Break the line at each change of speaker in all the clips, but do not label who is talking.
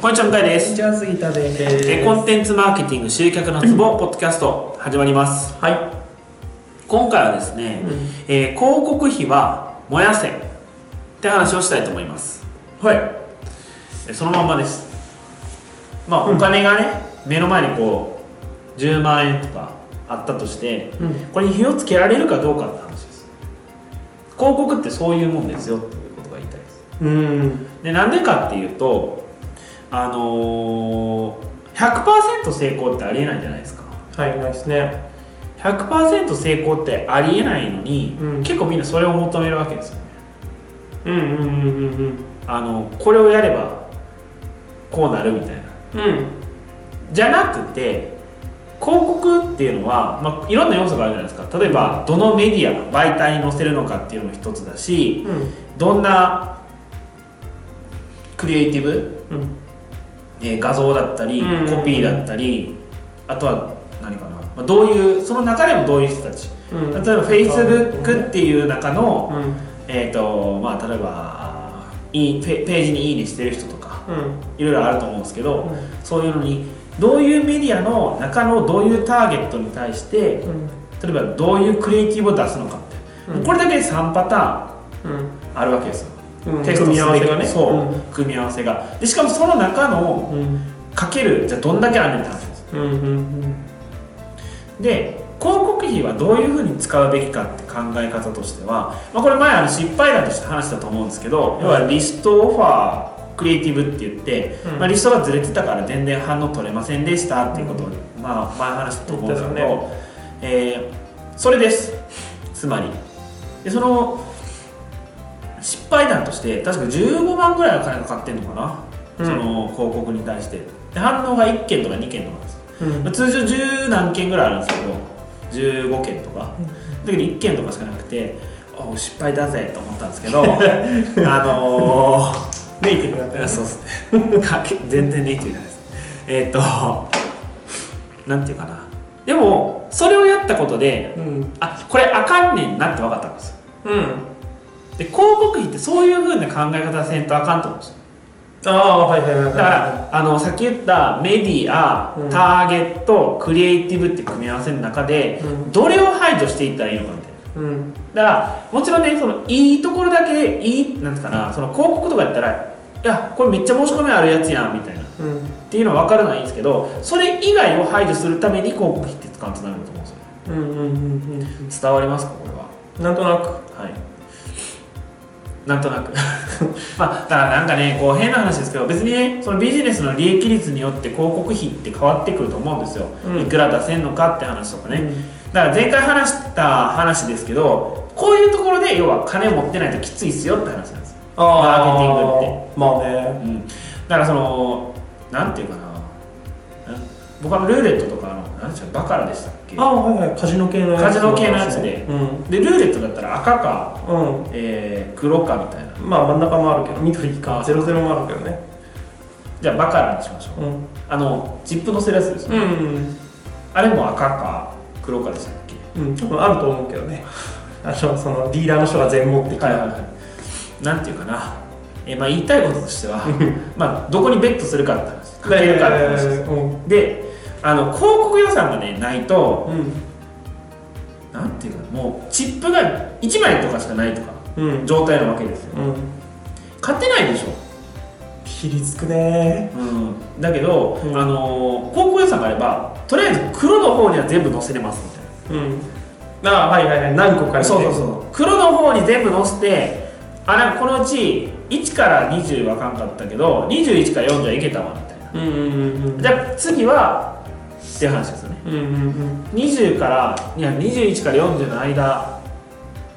こんにちは向井で
こんに
す
ちは杉田です
えコンテンツマーケティング集客のツボポッドキャスト始まります
は
今回はですね、
うん
えー広告費は燃やせって話をしたいと思います
いはい
えそのまんまですまあお金がね、目の前にこう10万円とかあったとして、
うん
これに火をつけられるかどうかって話です広告ってそういうもんですよっていうことが言いたいです
うん
でなんでかっていうとあのー100%成功ってありえないじゃないですか
はいないですね
100%成功ってありえないのに、
うん
結構みんなそれを求めるわけですよね
うんうんうんうん
あのこれをやればこうなるみたいな
うんうん
じゃなくて広告っていうのは、まあ、いろんな要素があるじゃないですか例えばどのメディア媒体に載せるのかっていうのも一つだし
うん
どんなクリエイティブ
うん
えー画像だったり
うん
コピーだったりあとは何かな、まあ、どういうその中でもどういう人たち
うん
例えば Facebook っていう中の、
うん
えーとまあ、例えばいいペページに「いいね」してる人とか
うん
いろいろあると思うんですけど、
うん
そういうのにどういうメディアの中のどういうターゲットに対して
うん
例えばどういうクリエイティブを出すのかって、
うん
これだけで3パターン
うん
あるわけですよ、
うん
テスト
組み合わせがね
そう、組み合わせがでしかもその中の
うん
かけるじゃあどんだけあるのって話です
うんうん
で広告費はどういうふうに使うべきかって考え方としては、まあ、これ前あの失敗談として話したと思うんですけど、
うん
要はリストオファークリエイティブって言って、
うん
まあ、リストがずれてたから全然反応取れませんでしたっていうことを、
うん
まあ、前話したと思うんですけど、
言って
えーそれですつまりでその失敗談として確か15万ぐらいの金かかってんのかな、
うん
その広告に対してで反応が1件とか2件とかです
うん
まあ通常十何件ぐらいあるんですけど15件とかだけど1件とかしかなくてあお失敗だぜと思ったんですけ どあのー、ネイティブだったらそうですね かけ全然ネイティブじゃないですえーっ、となんていうかなでもそれをやったことで
うん
あこれあかんねんなって分かったんですよ
うん
で広告費ってそういうふうな考え方せんとあかんと思うんですよ
ああはいはいはいは
だ
い
からあのさっき言ったメディア、
うん
ターゲットクリエイティブって組み合わせの中で、
うん
どれを排除していったらいいのかみたいな
うん
だからもちろんねそのいいところだけでいいなんつうかなその広告とかやったらいやこれめっちゃ申し込みあるやつやんみたいなっ
うん
ていうのは分からないんですけどそれ以外を排除するために広告費って使うとなると思うんですよ
うんうんうんうん
伝わりますかこれは
なんとなく
はいなんとなく まあだからなんかねこう変な話ですけど別にねそのビジネスの利益率によって広告費って変わってくると思うんですよ、
うん
いくら出せんのかって話とかね、だから前回話した話ですけどこういうところで要は金持ってないときついっすよって話なんですよ、
あ
マーケティン
ってまあね
うん、だからそのなんていうかなな僕はルーレットとかのなんでしたっけバカラでしたっけ
ああはいはいカジノ系の
カジノ系のやつで
うん
でルーレットだったら赤か、
うん
えー黒かみたいな
まあ真ん中もあるけど緑か
あ
ゼロゼロもあるけどね
じゃあバカラにしましょう
うん
あのチップのせるやつですよ、
うん
あれも赤か黒かでしたっけ
うん多分あると思うけどねあのそのディーラーの人が全持ってきた、
はいはいはい、なんていうかな、えーまあ、言いたいこととして はまあどこにベットするかって話かけるかって話です
でうん
であの広告予算がねないとなんていうかもうチップが1枚とかしかないとか
うんうん
状態なわけですよ
うん
買ってないでしょ、
ひりつくね
うん、だけど、
うん
あのー広告予算があればとりあえず黒の方には全部載せれますみたいな
うんああはいはいはい何個か
そうそうそう黒の方に全部載せてあなんかこのうち1から20はあかんかったけど21から40はいけたわみたいな
ううんうんうん
じゃあ次はって話ですよね
うんうん
20からいや21から40の間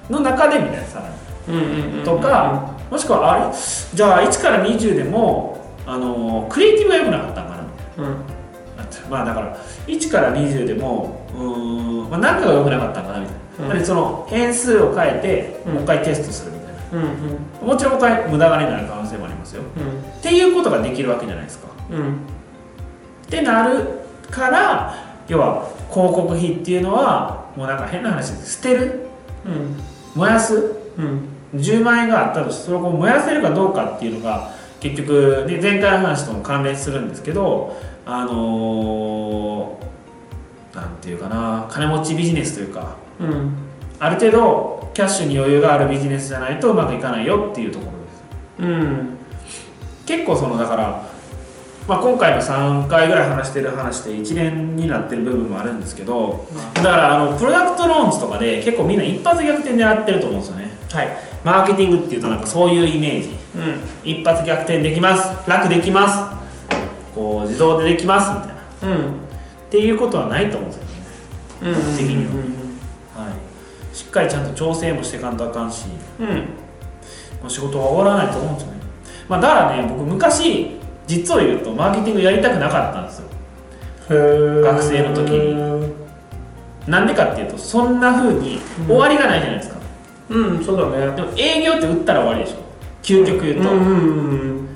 の中でみたいなさ
うんうんうんうん
とか、もしくはあれじゃあ1から20でもあのクリエイティブが良くなかったんかなみたい
うん
ななんてまあだから1から20でもうーん、まあ、何かが良くなかったんかなみたいな、
うん
なのでその変数を変えて
うん
もう一回テストするみたいな、
うんうん
もちろんもう一回無駄金になる可能性もありますよっていうことができるわけじゃないですか
うんうん
ってなるから要は広告費っていうのはもうなんか変な話です捨てる
うん
燃やす
うん
10万円があったとしてそれをこう燃やせるかどうかっていうのが結局で前回の話とも関連するんですけどあのーなんていうかな金持ちビジネスというか
うん
ある程度キャッシュに余裕があるビジネスじゃないとうまくいかないよっていうところです
うん
結構そのだから、まあ、今回の3回ぐらい話してる話で1年になってる部分もあるんですけどだからあのプロダクトローンズとかで結構みんな一発逆転狙ってると思うんですよね
はい
マーケティングっていうとなんかそういうイメージ
うん
一発逆転できます楽できますこう自動でできますみたいなっ
うん
ていうことはないと思うんですよね、
うん
的には
うん
はい、しっかりちゃんと調整もしていかんとあかんし
うん
もう仕事は終わらないと思うんですよね、まあ、だからね僕昔実を言うとマーケティングやりたくなかったんですよ学
学
生の時
に
なんでかっていうとそんな風に終わりがないじゃないですか、
うんそうだね
でも営業って売ったら終わりでしょ究極言うと、
うんうんうん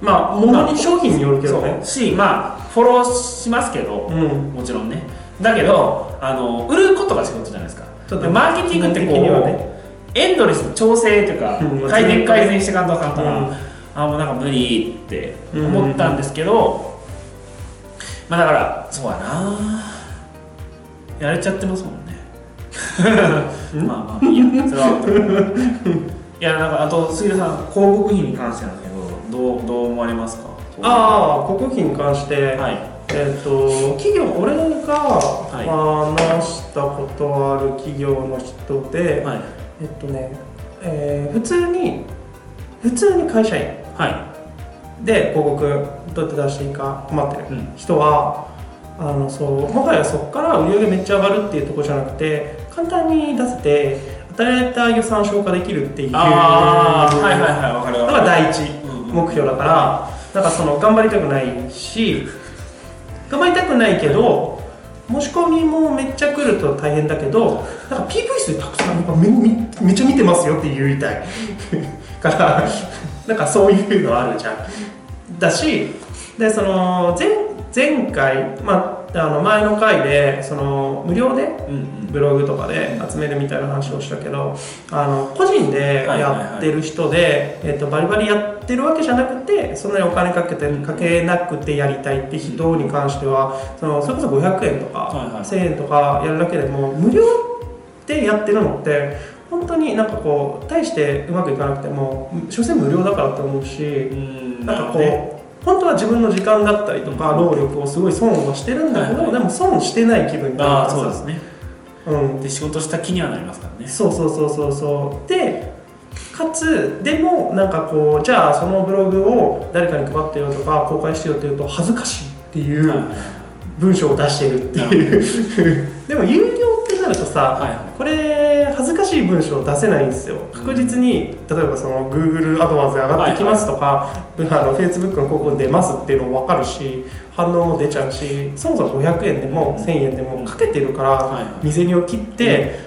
まあ物に商品によるけどね
そうしまあフォローしますけど、
うん
もちろんねだけどあの売ることが仕事じゃないですか
ちょっ
で
と
マーケティングってこう、
基本的にはね
エンドレスに調整というか
うん
改善改善していかんとあかんから、
うん
あもうなんか無理って思ったんですけど、まあだからそうやなやれちゃってますもん ねまあまあいいやそれは後でいやなんかあと杉田さん広告費に関してなんですけどどうどう思われますか
ああ国費に関して、
はい
えっと企業俺が
い
話したことある企業の人で、
はい
えっとね、えー普通に普通に会社員
は
で広告どうやって出していいか困ってる
うん
人は、あのそうもはやそこから売り上げめっちゃ上がるっていうところじゃなくて簡単に出せて与えた予算消化できるっていう
ああはいはいはいわかるわ
の
か
が
る
第一
うんうん
目標だから、なんかその頑張りたくないし頑張りたくないけど申し込みもめっちゃ来ると大変だけどなんか PV 数たくさんなんかめめめっちゃ見てますよって言いたいからなんかそういうのあるじゃんだしでその前前回、まあ、あの前の回でその無料で
うんうん
ブログとかで集めるみたいな話をしたけどあの個人で
はいはいはい
やってる人で、えっとバリバリやってるわけじゃなくてそんなにお金かけてかけなくてやりたいって人に関してはそのそれこそ500円とか、
はいはい
1000円とかやるだけでも無料でやってるのって本当になんかこう大してうまくいかなくても所詮無料だからって思うし
うん
なんかこう、
なるほどね
本当は自分の時間だったりとか労力をすごい損をしてるんだけど、
はいはい
でも損してない気分に
あ
な
あ
る
そう
か
ですね
らうん、
で仕事した気にはなりますからね
そうそうそうそうそうでかつでもなんかこうじゃあそのブログを誰かに配ってよとか公開してよって言うと恥ずかしいってい
はいう
文章を出してるっていう でも有料ってなるとさ
はいはい
これ恥ずかしい文章出せないんですよ確実に例えばその Google アドワーズが上がってきますとか、あの Facebook の広告出ますっていうのも分かるし反応も出ちゃうしそもそも500円でも1000円でもかけてるから、
はいはい
身銭を切って、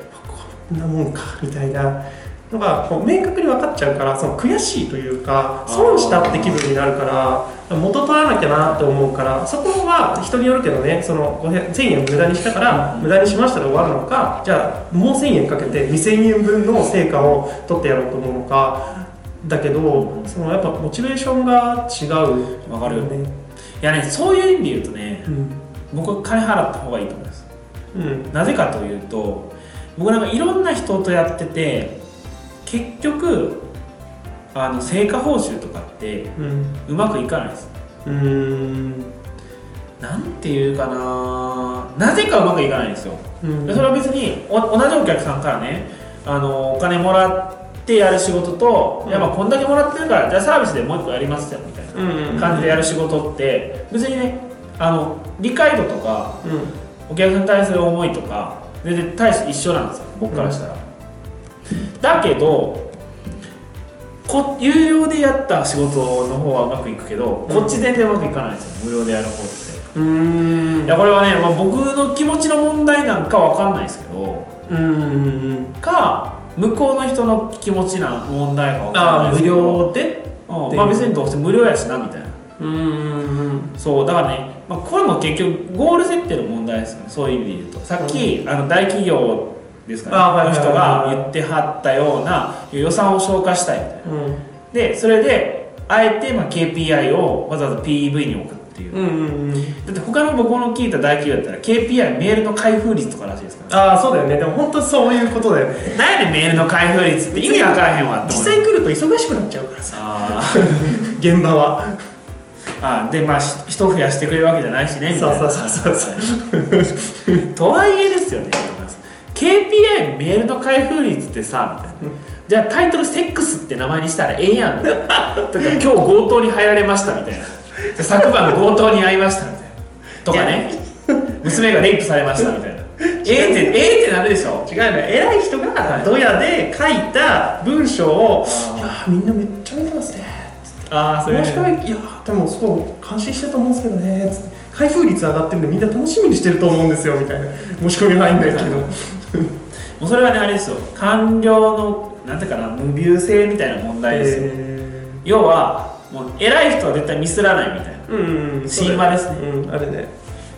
こんなもんかみたいなのがこう明確に分かっちゃうからその悔しいというか
あー
損したって気分になるから元取らなきゃなと思うからそこは人によるけどねその500 1000円を無駄にしたから無駄にしましたで終わるのかじゃあもう1000円かけて2000円分の成果を取ってやろうと思うのかだけどそのやっぱモチベーションが違う
わかる
よね。
いやねそういう意味で言うとね
うん
僕は金払った方がいいと思います
うん
なぜかというと僕なんかいろんな人とやってて結局あの成果報酬とかって
うん
うまくいかないです
うん
なんていうかななぜかうまくいかないんですよ
うん
でそれは別にお同じお客さんからねあのお金もらってやる仕事と、
うん
いやまあこんだけもらってるからじゃあサービスでもう一個やりますよみたい
うんうん
な感じでやる仕事って別にねあの理解度とか
うん
お客さんに対する思いとか全然大して一緒なんですよ僕からしたら、だけどこ有料でやった仕事の方はうまくいくけど、
うん
こっち全然うまくいかないんですよ無料でやる方って
うーん
いやこれはね、まあ、僕の気持ちの問題なんかわかんないですけど
うーん
か向こうの人の気持ちな問題がわかんない
あー
ですけ
無
ど
料で
うんまあ別にどうせ無料やしなみたいな
うーん
そうだからね、まあ、これも結局ゴール設定の問題ですよねそういう意味で言うとさっき、あの大企業ですかね
あはい
の
はい
人
はいはい
が言ってはったような予算を消化したいみたいな
うん
でそれであえてまあ KPI をわざわざ PEV に置くっていう、
うんうんうん
だって他の僕の聞いた大企業だったら KPI メールの開封率とからしいですから、
ああそうだよねでも本当そういうことだよね
ね、なんでメールの開封率って意味わからへんわっ
実
て思
際来ると忙しくなっちゃうからさ
あ
現場は
ーあーでまあし人増やしてくれるわけじゃないしねみたいな
そうそうそうそう
はい とはいえですよね KPI メールの開封率ってさみたいなじゃあタイトル「セックス」って名前にしたらええや んみたいなとか「今日強盗に入られました」みたいな「昨晩強盗に遭いました」みたいなとかね「娘がレイプされました」みたいなええってええってなるでしょ
違うのよ偉い人がドヤで書いた文章を「いやーみんなめっちゃ見てますね」
ああ
もしかはいやーでもそう感心してると思うんですけどね」つって開封率上がってるんでみんな楽しみにしてると思うんですよみたいな申し込み入んないけど
もうそれはねあれですよ官僚のなんていうかな無ビ性みたいな問題ですよ、
え
要はもう偉い人は絶対ミスらないみたいな
ーうんうん
神話ですね
うんあれね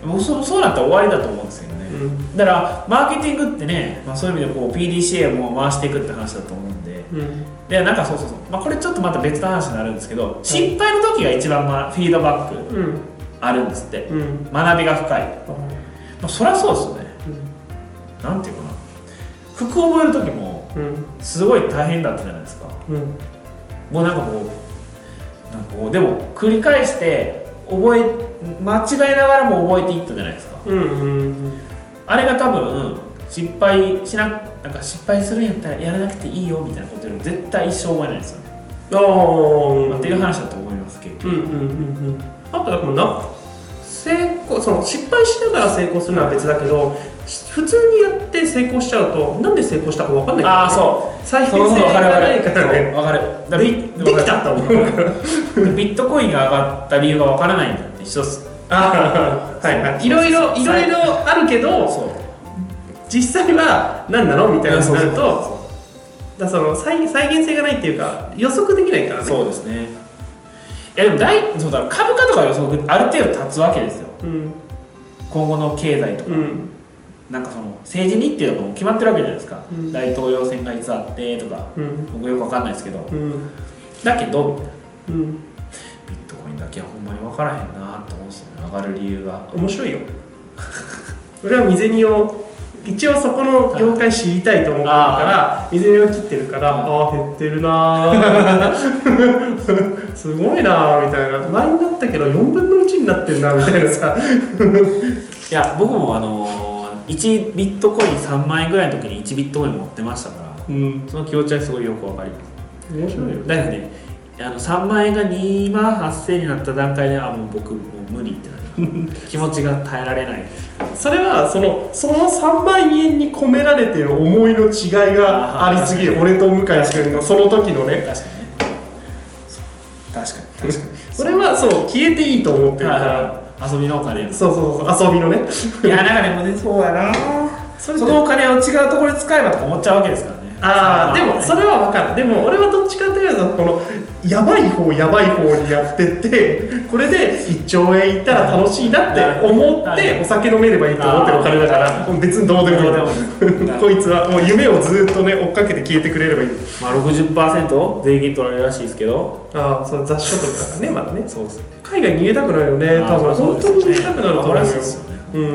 もうそうそうなったら終わりだと思うんですよね、
う
だからマーケティングってね、まあ、そういう意味でこう PDCA も回していくって話だと思うんで
うん
でなんかそうそうそう、まあ、これちょっとまた別の話になるんですけど失敗の時が一番、まあ、フィードバック
うん
あるんですって
うん
学びが深い、まあ、
あ
そりゃそうですよねなんていうかな服覚える時も
うん
すごい大変だったじゃないですか
うん
もうなんかこうなんかこうでも繰り返して覚え間違えながらも覚えていったじゃないですか
うんうん
あれが多分失敗しななんか失敗するんやったらやらなくていいよみたいなことよりも絶対一生覚えないですよね、
ああ
っていう話だと思います結局、
うんうんうんうんあとだからな成功その失敗しながら成功するのは別だけどし普通にやって成功しちゃうとなんで成功したか分かんない
ああそ
再
う
現性
そうそう分か
が
る
ない
分か
か
る
らね
分かるだからビ
でできたと思う
で ビットコインが上がった理由が分からないんだって一緒っす
ああはいはいいろいろいろいろあるけど
そう
実際は何なのみたいなになると
そうそう
だからその再再現性がないっていうか予測できないからね
そうですねいやでも大そうだから株価とか予測ある程度立つわけですよ
うん
今後の経済とか、
うん
なんかその政治日程とかも決まってるわけじゃないですか、
うん
大統領選がいつあってとか
うん
僕よく分かんないですけど
うん
だけど
うん
ビットコインだけはほんまに分からへんなと思うんですよね上がる理由が
面白いよ俺は未銭を一応そこの業界知りたいと思ってるから未銭を切ってるから
はい
ああ減ってるなー すごいなーみたいな前になったけど4分の1になってるなみたいなさ
いや僕もあのー、1ビットコイン3万円ぐらいの時に1ビットコイン持ってましたから
うん
その気持ちはすごいよく分かります
面白いよ
だけどねあの3万円が2万8000円になった段階であもう僕もう無理ってな る気持ちが耐えられない
それはそのその3万円に込められてる思いの違いがありすぎる俺と向井君のその時
確
のね
かにね確かに確かに
それはそう消えていいと思ってるから、
はい遊びのお金
そうそうそう遊びのね
いやなんかねもうねそうやな
そ
そ
れで
のお金を違うところで使えばとか思っちゃうわけですからね
ああで
3万は
も
ね
それは分かるでも俺はどっちかというとこのやばい方やばい方にやってってこれで1兆円いったら楽しいなって思っ
はい
てお酒飲めればいいと思ってるお金だからもう別にどうでもい
ど
い
うでもいい
うんこいつはもう夢をずっとね追っかけて消えてくれればいい
まあ、60%税金取られるらしいですけど、
ああその雑所得だからねまだね
そうですね。
海外逃げたくなるよね
あ
多分
ーそう
本
で
当
す
に
ね
逃げたくなると思うよ
そうですよね
うん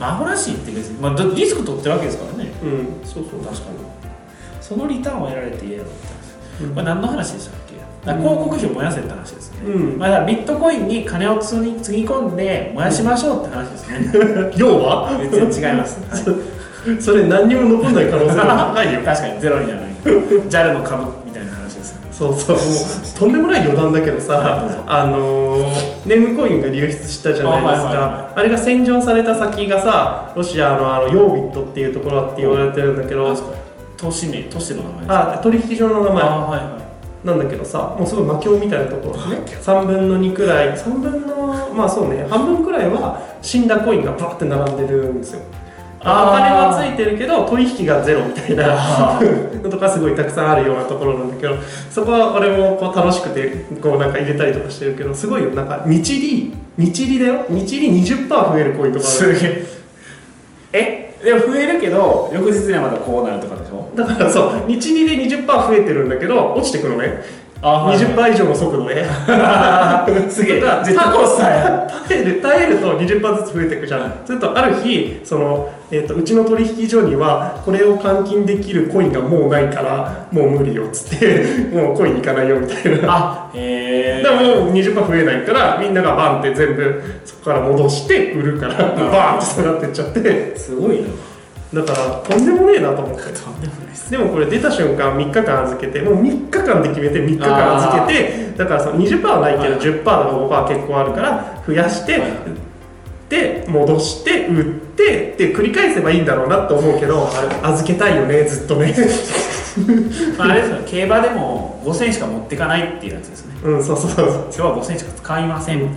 まあ、アホらしいって別に、まあ、だリスク取ってるわけですからね。
うんそうそう
確かに。そのリターンを得られていえばみたいな、
うん
まあ、何の話でしたっけだから広告費を燃やせって話ですね。
うん
まあ、だからビットコインに金をつぎつぎ込んで燃やしましょうって話ですね。
要は
全然違い ます。はい
それ何にも残んない可 能性が高いよ
確かにゼロにならない。JAL の株みたいな話です ね。
そうそうもうとんでもない余談だけど
はいどうぞ
さあのーネームコインが流出したじゃないで
あ
す
はいはい
かあれが洗浄された先がさロシアのあのヨービットっていうところだって言われてるんだけど
都市名、都市の名前です。
あ取引所の名
あ
前
はいは
なんだけどさもうすごい魔境みたいなところね3分の2くらい3分のまあそうね半分くらいは死んだコインがバーって並んでるんですよ
あー
あお金はついてるけど取引がゼロみたいな
あ
のとかすごいたくさんあるようなところなんだけどそこは俺もこう楽しくてこうなんか入れたりとかしてるけどすごいよなんか日利日利だよ日利20%増えるコインと
い。
かある
げえ。え、でも増えるけど、翌日にはまたこうなるとかでしょ
だからそう日利で20%増えてるんだけど落ちてくのね
あはい
20倍以上の速度ですげえ
タ
絶対
コさや
耐える耐えると20%ずつ増えていくじゃんするとある日その、えー、とうちの取引所にはこれを換金できるコインがもうないからもう無理よっつって もうコイン行かないよみたいな
あへえ
だからもう20%増えないからみんながバンって全部そこから戻して売るから
うん
バーンって下がってっちゃって
すごいな
だからとんでもねえなと思って
とんでもないです
でもこれ出た瞬間3日間預けてもう3日間で決めて3日間預けてだからその20%はないけど
はい
10%だと5%は結構あるから増やして、
はい
で戻して売ってで繰り返せばいいんだろうなと思うけど預けたいよねずっと ね
まあ、あれですよね競馬でも5000しか持ってかないっていうやつですね
うんそうそうそう
今日は5000しか使いませんなる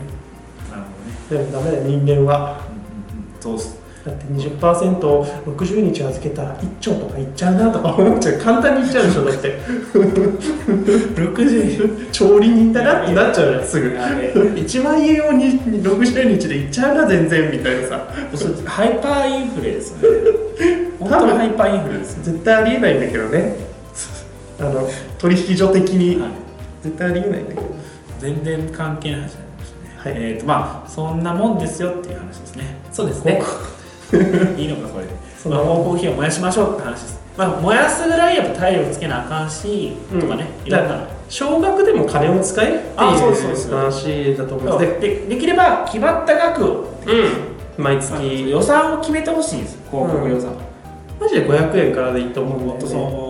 ほどね
でもダメだよ人間は
うんうんうんそうっす
だって 20%60 日預けたら1兆とかいっちゃうなとか思っちゃう簡単にいっちゃうでしょだって
60
調理人だなってなっちゃうよすぐ
あれ
1万円をに60日でいっちゃうな全然みたいなさ
それハイパーインフレですよね本当にハイパーインフレですよ
絶対ありえないんだけどねあの取引所的に
はい
絶対ありえないんだけど
全然関係ない話になりましたね、
はい
えーとまあそんなもんですよっていう話ですね
そうです
ねいいのかこれで
そ
まあ
の
方向費を燃やしましょうって話ですまあ燃やすぐらいやっぱ体力つけなあかんし、
うん
とかねい
だ
ろん
か
な
ら少額でも金を使えっていう
あそうそうそう
話だと思うん
の
です
ででできれば決まった額を
うん毎月
あの予算を決めてほしいんですよ広告予算、
マジで500円からでいいと思うんだ
もっ
よね
とその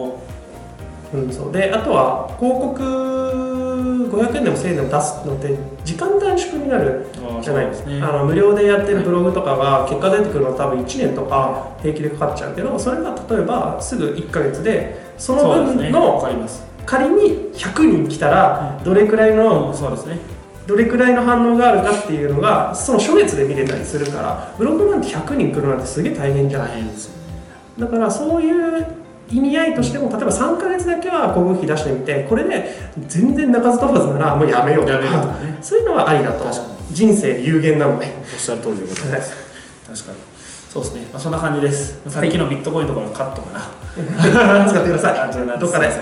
うん、そうであとは広告500円でも1000円でも出すのって時間短縮になるじゃない
ですね
あの無料でやってるブログとかが結果出てくるのは多分1年とか平気でかかっちゃうけどそれが例えばすぐ1ヶ月でその
そうです
分
ね
の
わかります
仮に100人来たらどれくらいの
そうですね
どれくらいの反応があるかっていうのがその初月で見れたりするからブログなんて100人来るなんてすげえ大変じゃない
大変ですよね
だからそういう意味合いとしても例えば3ヶ月だけは広告費出してみてこれで全然鳴かず飛ばずならもうやめようと
やめようと
か
かね
そういうのはありだと
確か
人生有限なので
おっしゃる通りでございます確かにそうですね、まあ、そんな感じですさっきのビットコインとかのカット かな、
使ってくださいどっかで
はい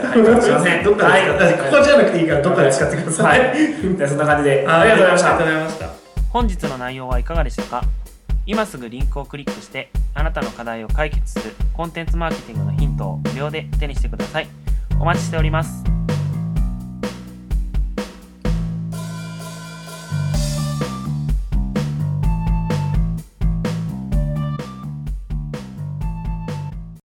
すいません
どっかで使っ て
はい
ここじゃなくていいからどっかで使ってください、
じゃあそんな感じで
あ
あ
り
り
が
がと
とう
う
ござい
ご
まし
ざいましたた
本日の内容はいかがでしたか今すぐリンクをクリックしてあなたの課題を解決するコンテンツマーケティングのヒントを無料で手にしてくださいお待ちしております